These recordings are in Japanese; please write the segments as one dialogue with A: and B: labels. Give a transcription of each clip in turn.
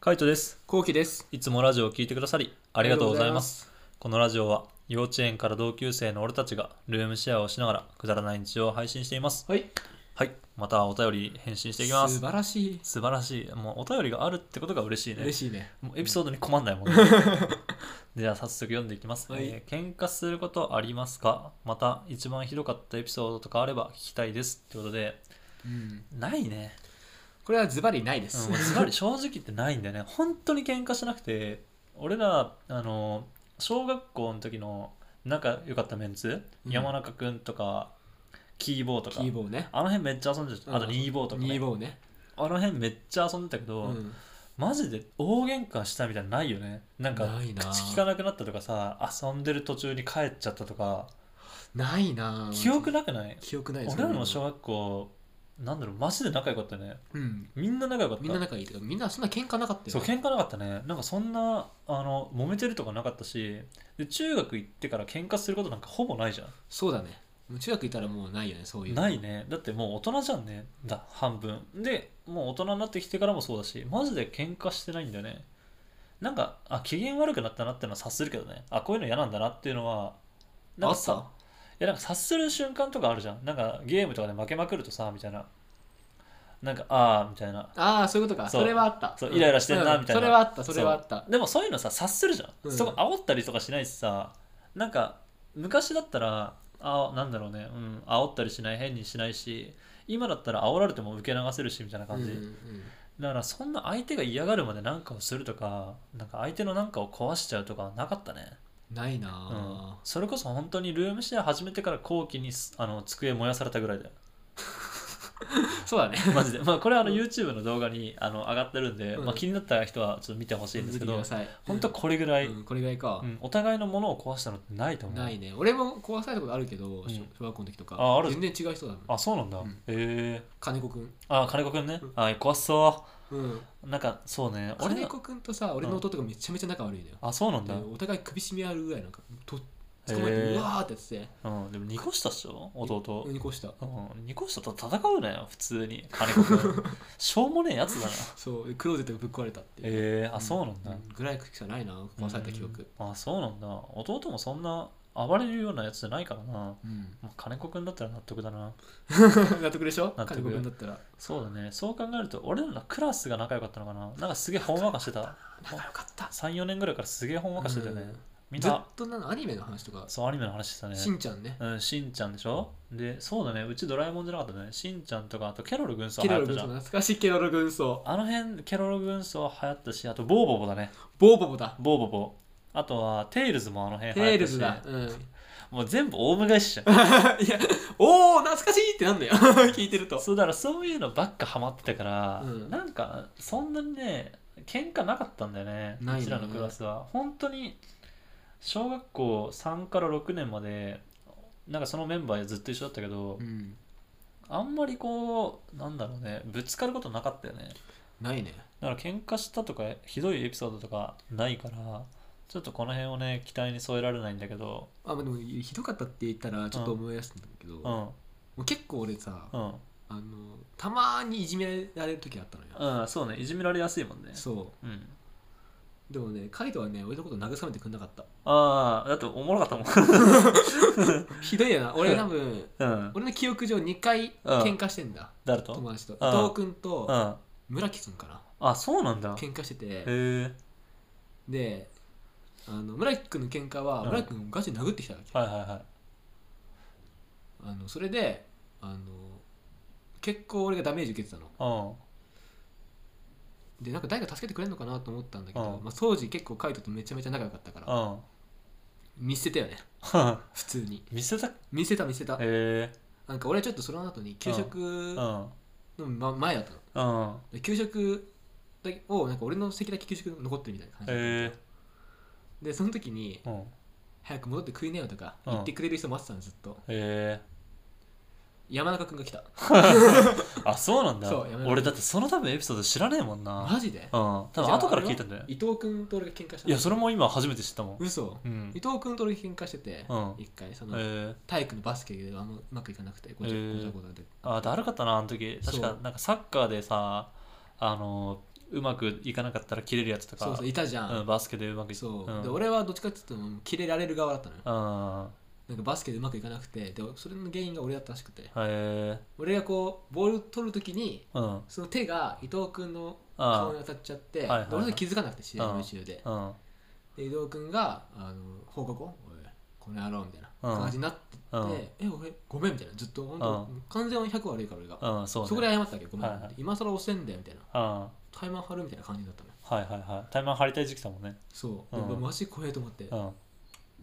A: カイトです。
B: こうきです。
A: いつもラジオを聞いてくださりありがとうございます。このラジオは幼稚園から同級生の俺たちがルームシェアをしながらくだらない日常を配信しています。
B: ありがとうございます。
A: はい。またお便り返信していき
B: は
A: ま
B: い。素
A: す。
B: 晴らしい。
A: 素晴らしい。もうお便りがあるってことが嬉しいね
B: 嬉。しいね。
A: もうエピソードに困んない もんね。では早速読んでいきます、
B: はい
A: えー喧嘩することありますかまた一番ひどかったエピソードとかあれば聞きたいです。ってことで、
B: うん。
A: ないね。
B: これはズバリないです。
A: うんもうズバリ正直言ってないんだよね本当に喧嘩しなくて俺らあの小学校の時の仲良かったメンツ、
B: うん
A: 山中くんとかキーボーとか
B: キーボーね。
A: あの辺めっちゃ遊んでたあと
B: うん
A: ニーボーとか、ね
B: ニーボーね。
A: あの辺めっちゃ遊んでたけ
B: う
A: ど、
B: ん。
A: マジで大喧嘩したみたいなのないよねなんか
B: ないな
A: 口聞かなくなったとかさ遊んでる途中に帰っちゃったとか
B: ないな。
A: 記憶なくない
B: 記憶ない
A: 俺らの
B: そ
A: 小
B: ういう
A: 学校なんだろうマジで仲良かったよね
B: うん。
A: みんな仲良かった
B: みんな仲いいけど、みんなそんな喧嘩なかった
A: そ
B: よ
A: う
B: ね。
A: 喧嘩なかったねなんかそんなあの揉めてるとかなかったしで中学行ってから喧嘩することなんかほぼないじゃん、
B: そうだね。もう中学いたらもうないよね、そういう。
A: ない。ねだってもう大人じゃんねだ半分でもう大人になってきてからもそうだしマジで喧嘩してないんだよねなんかあ機嫌悪くなったなってのは察するけどねあこういうの嫌なんだなっていうのはなん
B: あ
A: か
B: っ
A: さ
B: た
A: いやなんか察する瞬間とかあるじゃんなんかゲームとかで負けまくるとさみたいななんかああみたいな
B: ああ、そういうことか。
A: そう
B: それはあった。
A: そうイライラしてんな
B: うん
A: みたいな
B: それはあった、それはあった。
A: でもそういうのさ察するじゃん、
B: うん
A: そこ煽ったりとかしないしさなんか昔だったらあなんだろうね、うん、煽ったりしない変にしないし今だったら煽られても受け流せるしみたいな感じ、
B: うんうん
A: だからそんな相手が嫌がるまで何かをするとかなんか相手の何かを壊しちゃうとかはなかったね、。、
B: うんないうなん
A: それこそ本当にルームシェア始めてから後期にすあの机燃やされたぐらいだよ
B: そうだね。
A: マジで、まあ、これはあの
B: うん
A: YouTube の動画にあの上がってるんで、
B: うん
A: まあ、気になった人はちょっと見てほしいんで
B: 見
A: す
B: て
A: け
B: く
A: ど、
B: ださい。
A: 本当これぐらい、
B: うんこれぐらいか
A: う。ん、お互いのものを壊したのってないと思う
B: ないね俺も壊されたことあるけど、
A: うん
B: 小小学校の時とか
A: あある
B: 全然違う人だもん
A: あそうなんだ、
B: うん
A: ええ
B: 金子くん、
A: あ金子くんね
B: うん
A: あ壊しそ
B: うん、
A: うなんかそうね俺
B: 金
A: の
B: 子くんとさ俺の弟がめちゃめちゃ仲悪いのよ、
A: あそうなんだ、
B: でお互い首絞め合うぐらいなんかと
A: へ
B: 捕
A: え
B: まえてうわーってやってて
A: うん、でも2個下っしょ弟
B: にこした
A: うん、2個下と戦うなよ普通に金子く んしょうもねえやつだな
B: そうでクローゼットがぶっ壊れたっていう、
A: ええあそうなんだ、
B: うんぐらいしかないな壊された記憶
A: うんあそうなんだ弟もそんな暴れるようなやつじゃないからな
B: うん、
A: まあ金子くんだったら納得だな
B: 納得でしょ
A: 納得
B: 金子くんだったら
A: そうだねそう考えると俺らのクラスが仲良かったのかななんかすげえほんわかしてた
B: 仲良かった
A: 34年ぐらいからすげえほんわかしてたよね、
B: うん
A: みん
B: ずっ
A: な
B: となのアニメの話とか、
A: そうアニメの話してたね
B: しんちゃんね
A: うん、しんちゃんでしょで、そうだね、うちドラえもんじゃなかったね。しんちゃんとか、あとケロロ軍曹
B: ケ
A: 流
B: ロ
A: 行
B: ロ
A: った
B: 軍
A: じ
B: 曹
A: ゃん。
B: 懐かしいケロロ軍曹
A: あの辺、ケロロ軍曹流行ったし、あとボーボボだね。
B: ボーボボだ
A: ボーボボ。あとは、テイルズもあの辺流行ったし。
B: テールズだ、うん、
A: もう全部オウム返しじゃ ん。
B: いや、おお、懐かしいってなんだよ、 聞いてると。
A: そうだからそういうのばっかハマってたから、
B: うん
A: なんかそんなにね、喧嘩なかったんだよね。
B: ないうね
A: ちらのクラスは。本当に、小学校3から6年まで、なんかそのメンバーでずっと一緒だったけど、
B: うん、
A: あんまりこう、なんだろうね、ぶつかることなかったよね。
B: ないね。
A: だから喧嘩したとかひどいエピソードとかないからちょっとこの辺をね期待に添えられないんだけど
B: あ、まあ、でも、ひどかったって言ったら、ちょっと思い出したんだけど、
A: う
B: も
A: ん
B: う結構俺さ、
A: うん
B: あの、たまにいじめられる時あったのよ。
A: うんそうねいじめられやすいもんね
B: そ
A: うん
B: う。でもね、カイトはね、俺のこと慰めてくんなかった。
A: ああだっておもろかったもん
B: ひどいよな、俺多分、
A: うん
B: 俺の記憶上2回喧嘩してんだ、
A: 誰と
B: 友達と。
A: うん
B: 伊藤君
A: う
B: と
A: ん
B: 村木君かな、
A: あそうなんだへ
B: 喧嘩してて、
A: え
B: で、あの村木君の喧嘩は、
A: うん
B: 村木君がガチで殴ってきたわけ。
A: はいはいはい
B: あのそれであの結構俺がダメージ受けてたの
A: うん
B: でなんか誰か助けてくれるのかなと思ったんだけど、
A: うん
B: まあ、当時結構カイトとめちゃめちゃ仲良かったから
A: うん
B: 見捨てたよね普通に
A: 見せたへ
B: 見捨てた見捨てた
A: え
B: なんか俺ちょっとその後に給食
A: う
B: の、
A: ん
B: ま、前だったの
A: うん
B: で給食だけをなんか俺の席だけ給食残ってるみたいな感じだったの
A: へえ
B: でその時に
A: うんへ
B: 早く戻って食いなよとか
A: うん
B: 言ってくれる人待ってたのずっと
A: え
B: 山中君が来た
A: あそうなんだ
B: そうやめろ
A: 俺だってその多分エピソード知らねえもんなうん
B: マジで
A: 多分後から聞いたんだよ
B: 伊藤君と俺が喧嘩した
A: いやそれも今初めて知ったもん
B: 嘘
A: うん
B: 伊藤君と俺が喧嘩してて
A: うん
B: 一回その
A: えー、
B: 体育のバスケであんまうまくいかなくてごち
A: へ
B: ゃ
A: ー
B: ごちゃごちゃで
A: あだるかったなあの時確
B: そ
A: か
B: う
A: なんかサッカーでさあのうまくいかなかったら切れるやつとか
B: そうそういたじゃん、
A: うん、バスケでうまくい
B: そう、
A: ん
B: で俺はどっちかっていうともうキレられる側だったのよ
A: あ
B: なんかバスケでうまくいかなくてでそれの原因が俺だったらしくて
A: ーへえ
B: 俺がこうボール取るときに
A: うんうん
B: その手が伊藤君の
A: あ
B: 顔
A: ー
B: に当たっちゃって、
A: はいはいはい
B: で俺それ気づかなくて試合の中で
A: うん
B: で伊藤君があの放課後「おいこの野郎」みたいな感じになってて「
A: うん
B: え俺ごめん」みたいなずっと本当、完全に100悪いから俺が、
A: うんそうね
B: そこで謝ったわけどごめん、
A: はいはい
B: 今更押せんだよみたいな
A: あ
B: タイマー張るみたいな感じだったのよ
A: ーはいはいはいタイマン張りたい時期だもんね
B: そう、
A: うん
B: でマジ怖えと思って、
A: うん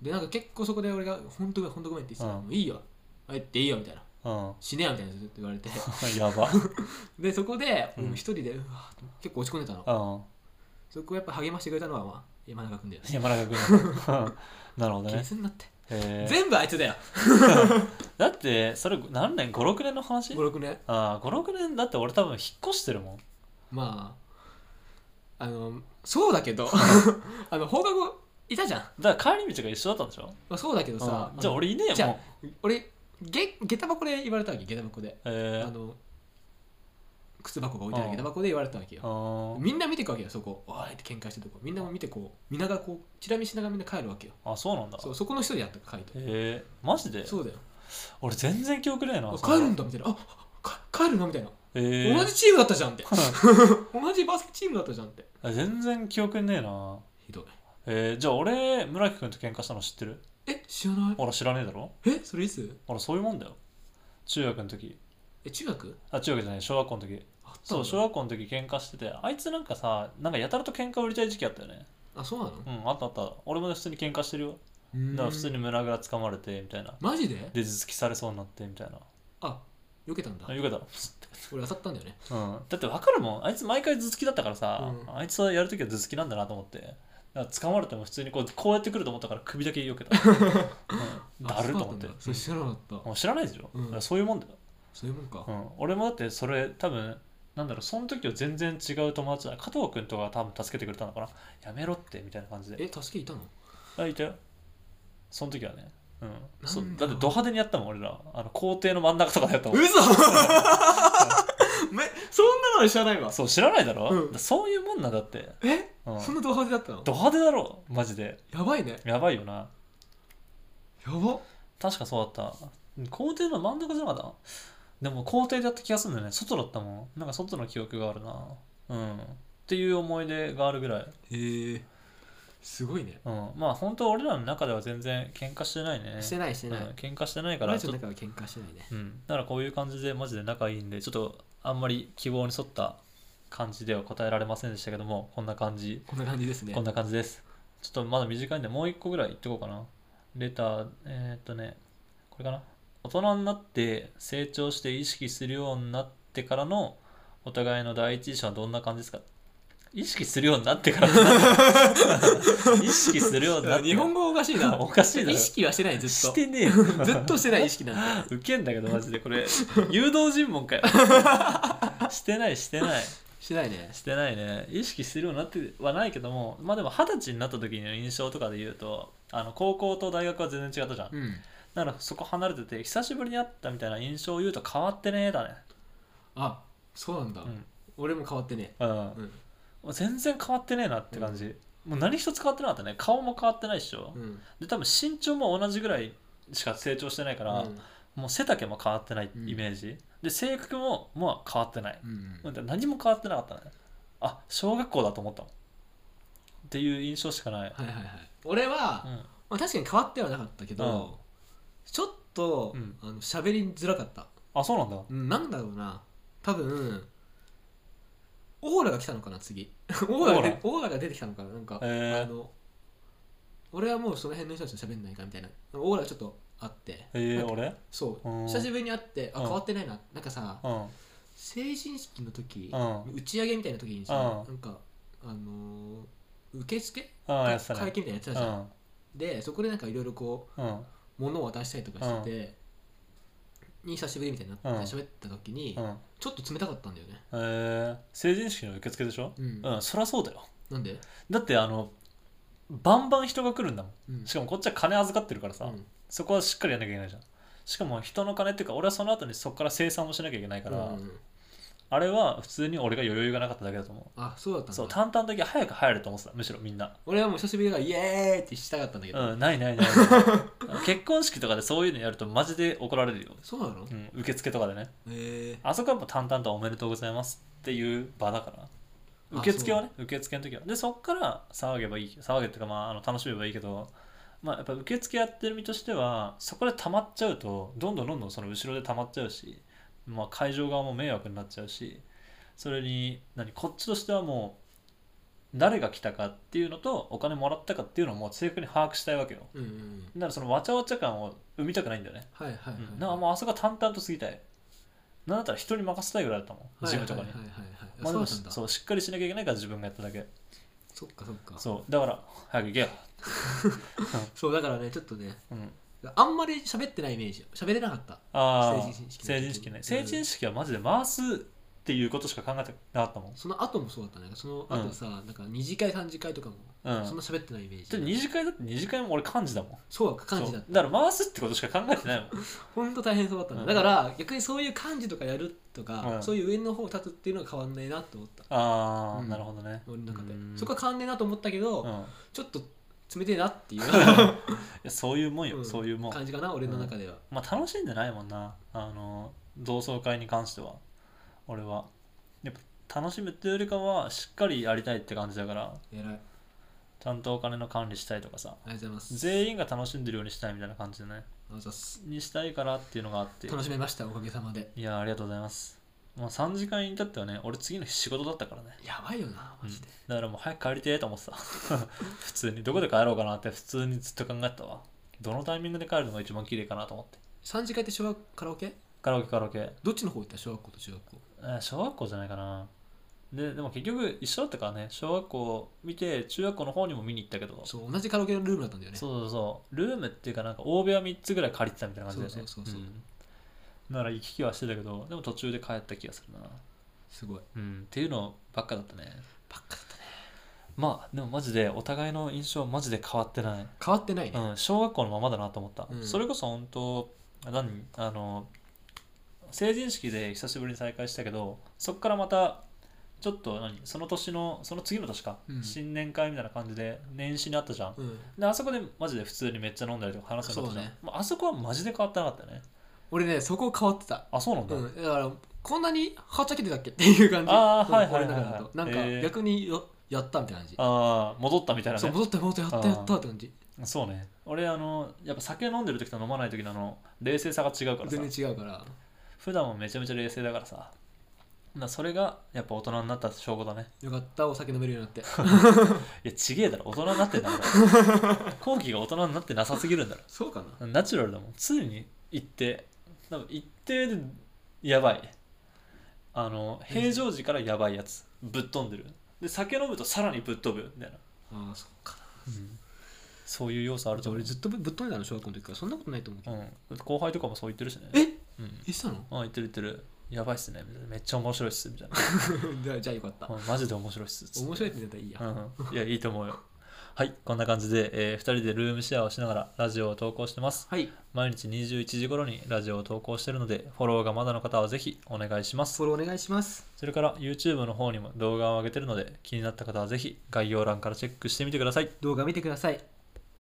B: でなんか結構そこで俺が「本当ごめん本当ごめん」って言ってたら
A: うん
B: もういいよあえていいよ」みたいな
A: うん
B: 「死ねよ」みたいなずっと言われて
A: や ば
B: でそこで
A: うん
B: 俺も一人で、うわ結構落ち込んでたの
A: うん
B: そこをやっぱ励ましてくれたのは、まあ、山中君だよね
A: 山中君のなるほど
B: 気に
A: ね
B: すんなって、
A: へー
B: 全部あいつだよ
A: だってそれ何年56年の話
B: 56年
A: ああ56年だって俺多分引っ越してるもん
B: まああのそうだけ どあの放課後いたじゃん、
A: だから帰り道が一緒だったんでしょ
B: まあ、そうだけどさ、
A: うんじゃあ
B: あの
A: 俺いね
B: じ
A: え
B: ゃあ
A: もん
B: 俺げ下駄箱で言われたわけ下駄箱で、
A: え
B: あ
A: ー
B: の靴箱が置いてあ
A: う
B: る
A: ん
B: 下駄箱で言われたわけよ、
A: あー
B: みんな見てくわけよそこおいって喧嘩してるとこみんなも見てこうみんながこうチラ見しながらみんな帰るわけよ
A: あそうなんだ
B: そうそこの一人やったか帰る
A: えー、マジで
B: そうだよ
A: 俺全然記憶ねえな
B: あ
A: その
B: 帰るんだみたいなあか帰るのみたいな、
A: えー
B: 同じチームだったじゃんって同じバスケチームだったじゃんって
A: あ全然記憶ねえな
B: ひどい
A: えー、じゃあ俺村木君と喧嘩したの知ってる
B: え知らない
A: 俺知らねえだろ
B: えそれいつ
A: 俺そういうもんだよ中学の時
B: え中学
A: あ中学じゃない小学校の時
B: あったん
A: そう
B: だ
A: 小学校の時喧嘩しててあいつなんかさなんかやたらと喧嘩売りたい時期あったよね
B: あそうなの
A: うんあったあった俺もね普通に喧嘩してるよ
B: うーん
A: だから普通に胸ぐらつかまれてみたいな
B: マジで
A: で頭突きされそうになってみたいな
B: あ避けたんだ
A: あよかったスッて
B: 俺当たったんだよね
A: うん、だって分かるもんあいつ毎回頭突きだったからさ、
B: う
A: あいつはやるときは頭突きなんだなと思ってだから掴まれても普通にこうこうやってくると思ったから首だけ避け た、うん、だると思って
B: あそうだたんだそれ知らなかった、
A: もう知らないでしょ、
B: うん
A: だからそういうもんだよ、
B: そういうもんか、
A: うん、俺もだってそれ多分なんだろうその時は全然違う友達だ加藤君とか多分助けてくれたのかなやめろってみたいな感じで
B: え助けいたの
A: あいたよその時はねうん、そう
B: なんだ
A: だってド派手にやったもん俺らあの校庭の真ん中とかでやったもん
B: 嘘 めそんなの知らないわ
A: そう知らないだろ、
B: うん
A: だからそういうもんなんだって、
B: え
A: うん、
B: そんなド派手だったの
A: ド派手だろマジで
B: やばいね
A: やばいよな
B: やば
A: 確かそうだった校庭の真ん中じゃなかったでも校庭だった気がするんだよね外だったもんなんか外の記憶があるなうんっていう思い出があるぐらい、
B: へえすごいね
A: うん、まあ本当俺らの中では全然喧嘩してないね
B: してないしてない、
A: うん、喧嘩してないから
B: 俺
A: ち
B: たち
A: ょ
B: の
A: っと
B: 中は喧嘩してないね
A: うん、だからこういう感じでマジで仲いいんでちょっとあんまり希望に沿った感じでは答えられませんでしたけどもこんな感じ
B: こんな感じですね
A: こんな感じです。ちょっとまだ短いんで、もう一個ぐらい言ってこうかな。レター、えーっとね、これかな。大人になって成長して意識するようになってからのお互いの第一印象はどんな感じですか意識するようになってから ってなんだ意識するようになって
B: 日本語おかしいな
A: おかしいだろ
B: 意識はしてないず っ
A: し
B: と
A: てねえよ。
B: ずっとしてない意識なんだよ
A: ウケんだけどマジでこれ誘導尋問かよしてないしてない
B: してないね
A: してないね意識するようになってはないけどもまあでも二十歳になった時の印象とかで言うとあの高校と大学は全然違ったじゃん、
B: うん
A: だからそこ離れてて久しぶりに会ったみたいな印象を言うと変わってねえだね
B: あそうなんだ、
A: うん
B: 俺も変わってね
A: うん、
B: うん
A: もう全然変わってねえなって感じ、もう何一つ変わってなかったね顔も変わってないでしょ、
B: うん
A: で多分身長も同じぐらいしか成長してないから、
B: うん
A: もう背丈も変わってないイメージ、で性格もまあ変わってない、
B: うん
A: だから何も変わってなかったねあ小学校だと思ったもんっていう印象しかない
B: はいはいはい俺
A: う
B: は、
A: ん
B: まあ、確かに変わってはなかったけど、
A: うん
B: ちょっと、
A: うん
B: あの喋りづらかった
A: あそうなんだ
B: うんなんだろうな多分オーラが来たのかな次 オーラがでオーラが出てきたのかななんか、
A: へー
B: あの俺はもうその辺の人たちと喋んないかみたいなオーラがちょっとあって
A: え
B: な
A: ー、
B: んか
A: 俺
B: そう
A: うん
B: 久しぶりに会ってあ
A: うん
B: 変わってないななんかさ
A: うんうん
B: 成人式の時、
A: うん
B: 打ち上げみたいな時にさ、
A: う
B: なんかあのー受付
A: や
B: 会
A: ってた
B: 会
A: ね
B: 計みたいなのやって
A: う
B: たじゃん、
A: ん
B: でそこでなんかいろいろこ
A: うん
B: う物を渡したりとかしてて、に久しぶりみたいになって喋った時に、
A: うん
B: ちょっと冷たかったんだよね
A: えー、成人式の受付でしょ
B: うん、
A: うん、そりゃそうだよ
B: なんで、
A: だってあのバンバン人が来るんだもん
B: うん
A: しかもこっちは金預かってるからさ、
B: うん
A: そこはしっかりやんなきゃいけないじゃんしかも人の金っていうか俺はその後にそこから生産もしなきゃいけないから、
B: うん
A: あれは普通に俺が余裕がなかっただけだと思
B: あそうだっ
A: う
B: たんだ
A: そう淡々だけ早く入ると思ってたむしろみんな
B: 俺はもう久しぶりだからイエーイってしたかったんだけど、
A: うんないない ない結婚式とかでそういうのやるとマジで怒られるよ、
B: そうなの
A: うん、受付とかでね
B: え
A: あそこはもう淡々と「おめでとうございます」っていう場だから
B: あ
A: 受付はね受付の時はでそっから騒げばいい騒げっていうか、まあ、あの楽しめばいいけどまあやっぱ受付やってる身としてはそこで溜まっちゃうとどんどんどんどんその後ろで溜まっちゃうし、まあ、会場側も迷惑になっちゃうしそれに何こっちとしてはもう誰が来たかっていうのとお金もらったかっていうのをもう正確に把握したいわけよ
B: ー、うんうん
A: だからそのわちゃわちゃ感を生みたくないんだよね
B: はいはいはい、
A: うん、なんかもうあそこは淡々と過ぎたいなんだったら人に任せたいぐらいだったもん
B: はい
A: ジ
B: は
A: ム
B: い
A: とかに、
B: はいはい
A: まあ、で
B: はいあ
A: も
B: そうなんだ
A: そうしっかりしなきゃいけないから自分がやっただけ
B: そっかそっか
A: そうだから早く行けよ、
B: そうだからねちょっとね
A: うん、
B: あんまり喋ってないイメージ喋れなかった
A: ああ
B: 成人式
A: 成人式ね
B: うん
A: 成人式はマジで回すっていうことしか考えてなかったもん
B: その後もそうだったねその後さ、なんか二次会三次会とかも、
A: うん
B: そんな喋ってないイメー
A: で
B: ジ
A: 二次会だって二次会も俺漢字だもん
B: そうか漢字だ
A: そうだから回すってことしか考えてないもん
B: ほんと大変そうだったの、
A: うん
B: だから逆にそういう漢字とかやるとか、
A: うん
B: そういう上の方を立つっていうのは変わんないなと思った
A: ああ、
B: うん
A: なるほどね
B: 俺の中で
A: うん
B: そこは変わんねえなと思ったけど、
A: うんい
B: ちょっと冷てえなっていう
A: やそういうもんよ、
B: うん
A: そういうもん
B: 感じかな俺の中では、
A: まあ楽しんでないもんなあの同窓会に関しては俺はやっぱ楽しむっていうよりかはしっかりやりたいって感じだから
B: 偉いありが
A: ちゃんとお金の管理したいとかさ
B: とうございます
A: 全員が楽しんでるようにしたいみたいな感じでね
B: ありがとうございます
A: にしたいからっていうのがあって
B: 楽しめましたおかげさまで
A: いやありがとうございますまあ3時間に至ってはね俺次の日仕事だったからね
B: やばいよなマジで、
A: だからもう早く帰りてえと思ってた 普通にどこで帰ろうかなって普通にずっと考えてたわどのタイミングで帰るのが一番綺麗かなと思って
B: 三次会って小学カラオケ
A: カラオケカラオケ
B: どっちの方行った小学校と中学校
A: えー小学校じゃないかなででも結局一緒だったからね小学校見て中学校の方にも見に行ったけどそう
B: そう同じカラオケのルームだったんだよね
A: そうそうルームっていうかなんか大部屋3つぐらい借りてたみたいな感じだよね
B: そうそうそうそうん
A: なら行き来はしてたけどでも途中で帰った気がするな
B: すごい
A: うんっていうのばっかだったね
B: ばっかだったね
A: まあでもマジでお互いの印象マジで変わってない、
B: 変わってないね、
A: うん、小学校のままだなと思った、
B: うん
A: それこそ本当何あの成人式で久しぶりに再会したけどそこからまたちょっと何その年のその次の年か、
B: うん
A: 新年会みたいな感じで年始にあったじゃん、
B: うん、
A: であそこでマジで普通にめっちゃ飲んだりとか話すようになったじゃん
B: そう
A: まあ、あそこはマジで変わってなかったね
B: 俺ねそこ変わってた
A: あそうなんだ、
B: うん、だからこんなにはっちゃけてたっけっていう感じ
A: あー
B: うん
A: はいはい
B: 俺の中だ
A: はい
B: と
A: はい
B: なん
A: えー
B: か逆によやったみたいな感じ、
A: ああ戻ったみたいな
B: そう
A: ね
B: 戻った戻ったやったやったって感じ
A: そうね俺あのやっぱ酒飲んでる時と飲まない時のあの冷静さが違うからさ
B: 全然違うから
A: 普段もめちゃめちゃ冷静だからさなそれがやっぱ大人になった証拠だね
B: よかったお酒飲めるようにな って
A: いやちげえだろ大人になってんだから 後期が大人になってなさすぎるんだろ
B: そうかな
A: ナチュラルだもん常に一定多分一定でやばいあの平常時からやばいやつぶっ飛んでるで酒飲むとさらにぶっ飛ぶみたいな、
B: ああそうかな
A: そういう要素ある
B: じ
A: と
B: ゃあ
A: 思
B: 俺ずっとぶぶっ飛んでたの小学校の時からそんなことないと思うけ
A: う、う
B: ど、
A: ん、だって後輩とかもそう言ってるしね
B: え
A: うん、
B: えしたの
A: あ言ってる言ってるやばいっすねみたいなめっちゃ面白いっすみたいな
B: じゃあじゃあよかった
A: うんマジで面白いっすつって
B: 面白いって言ったらいいや、
A: うん、いやいいと思うよはいこんな感じで、え2人でルームシェアをしながらラジオを投稿してます
B: はい
A: 毎日21時頃にラジオを投稿してるのでフォローがまだの方はぜひお願いします
B: フォローお願いします
A: それから YouTube の方にも動画を上げてるので気になった方はぜひ概要欄からチェックしてみてください
B: 動画見てください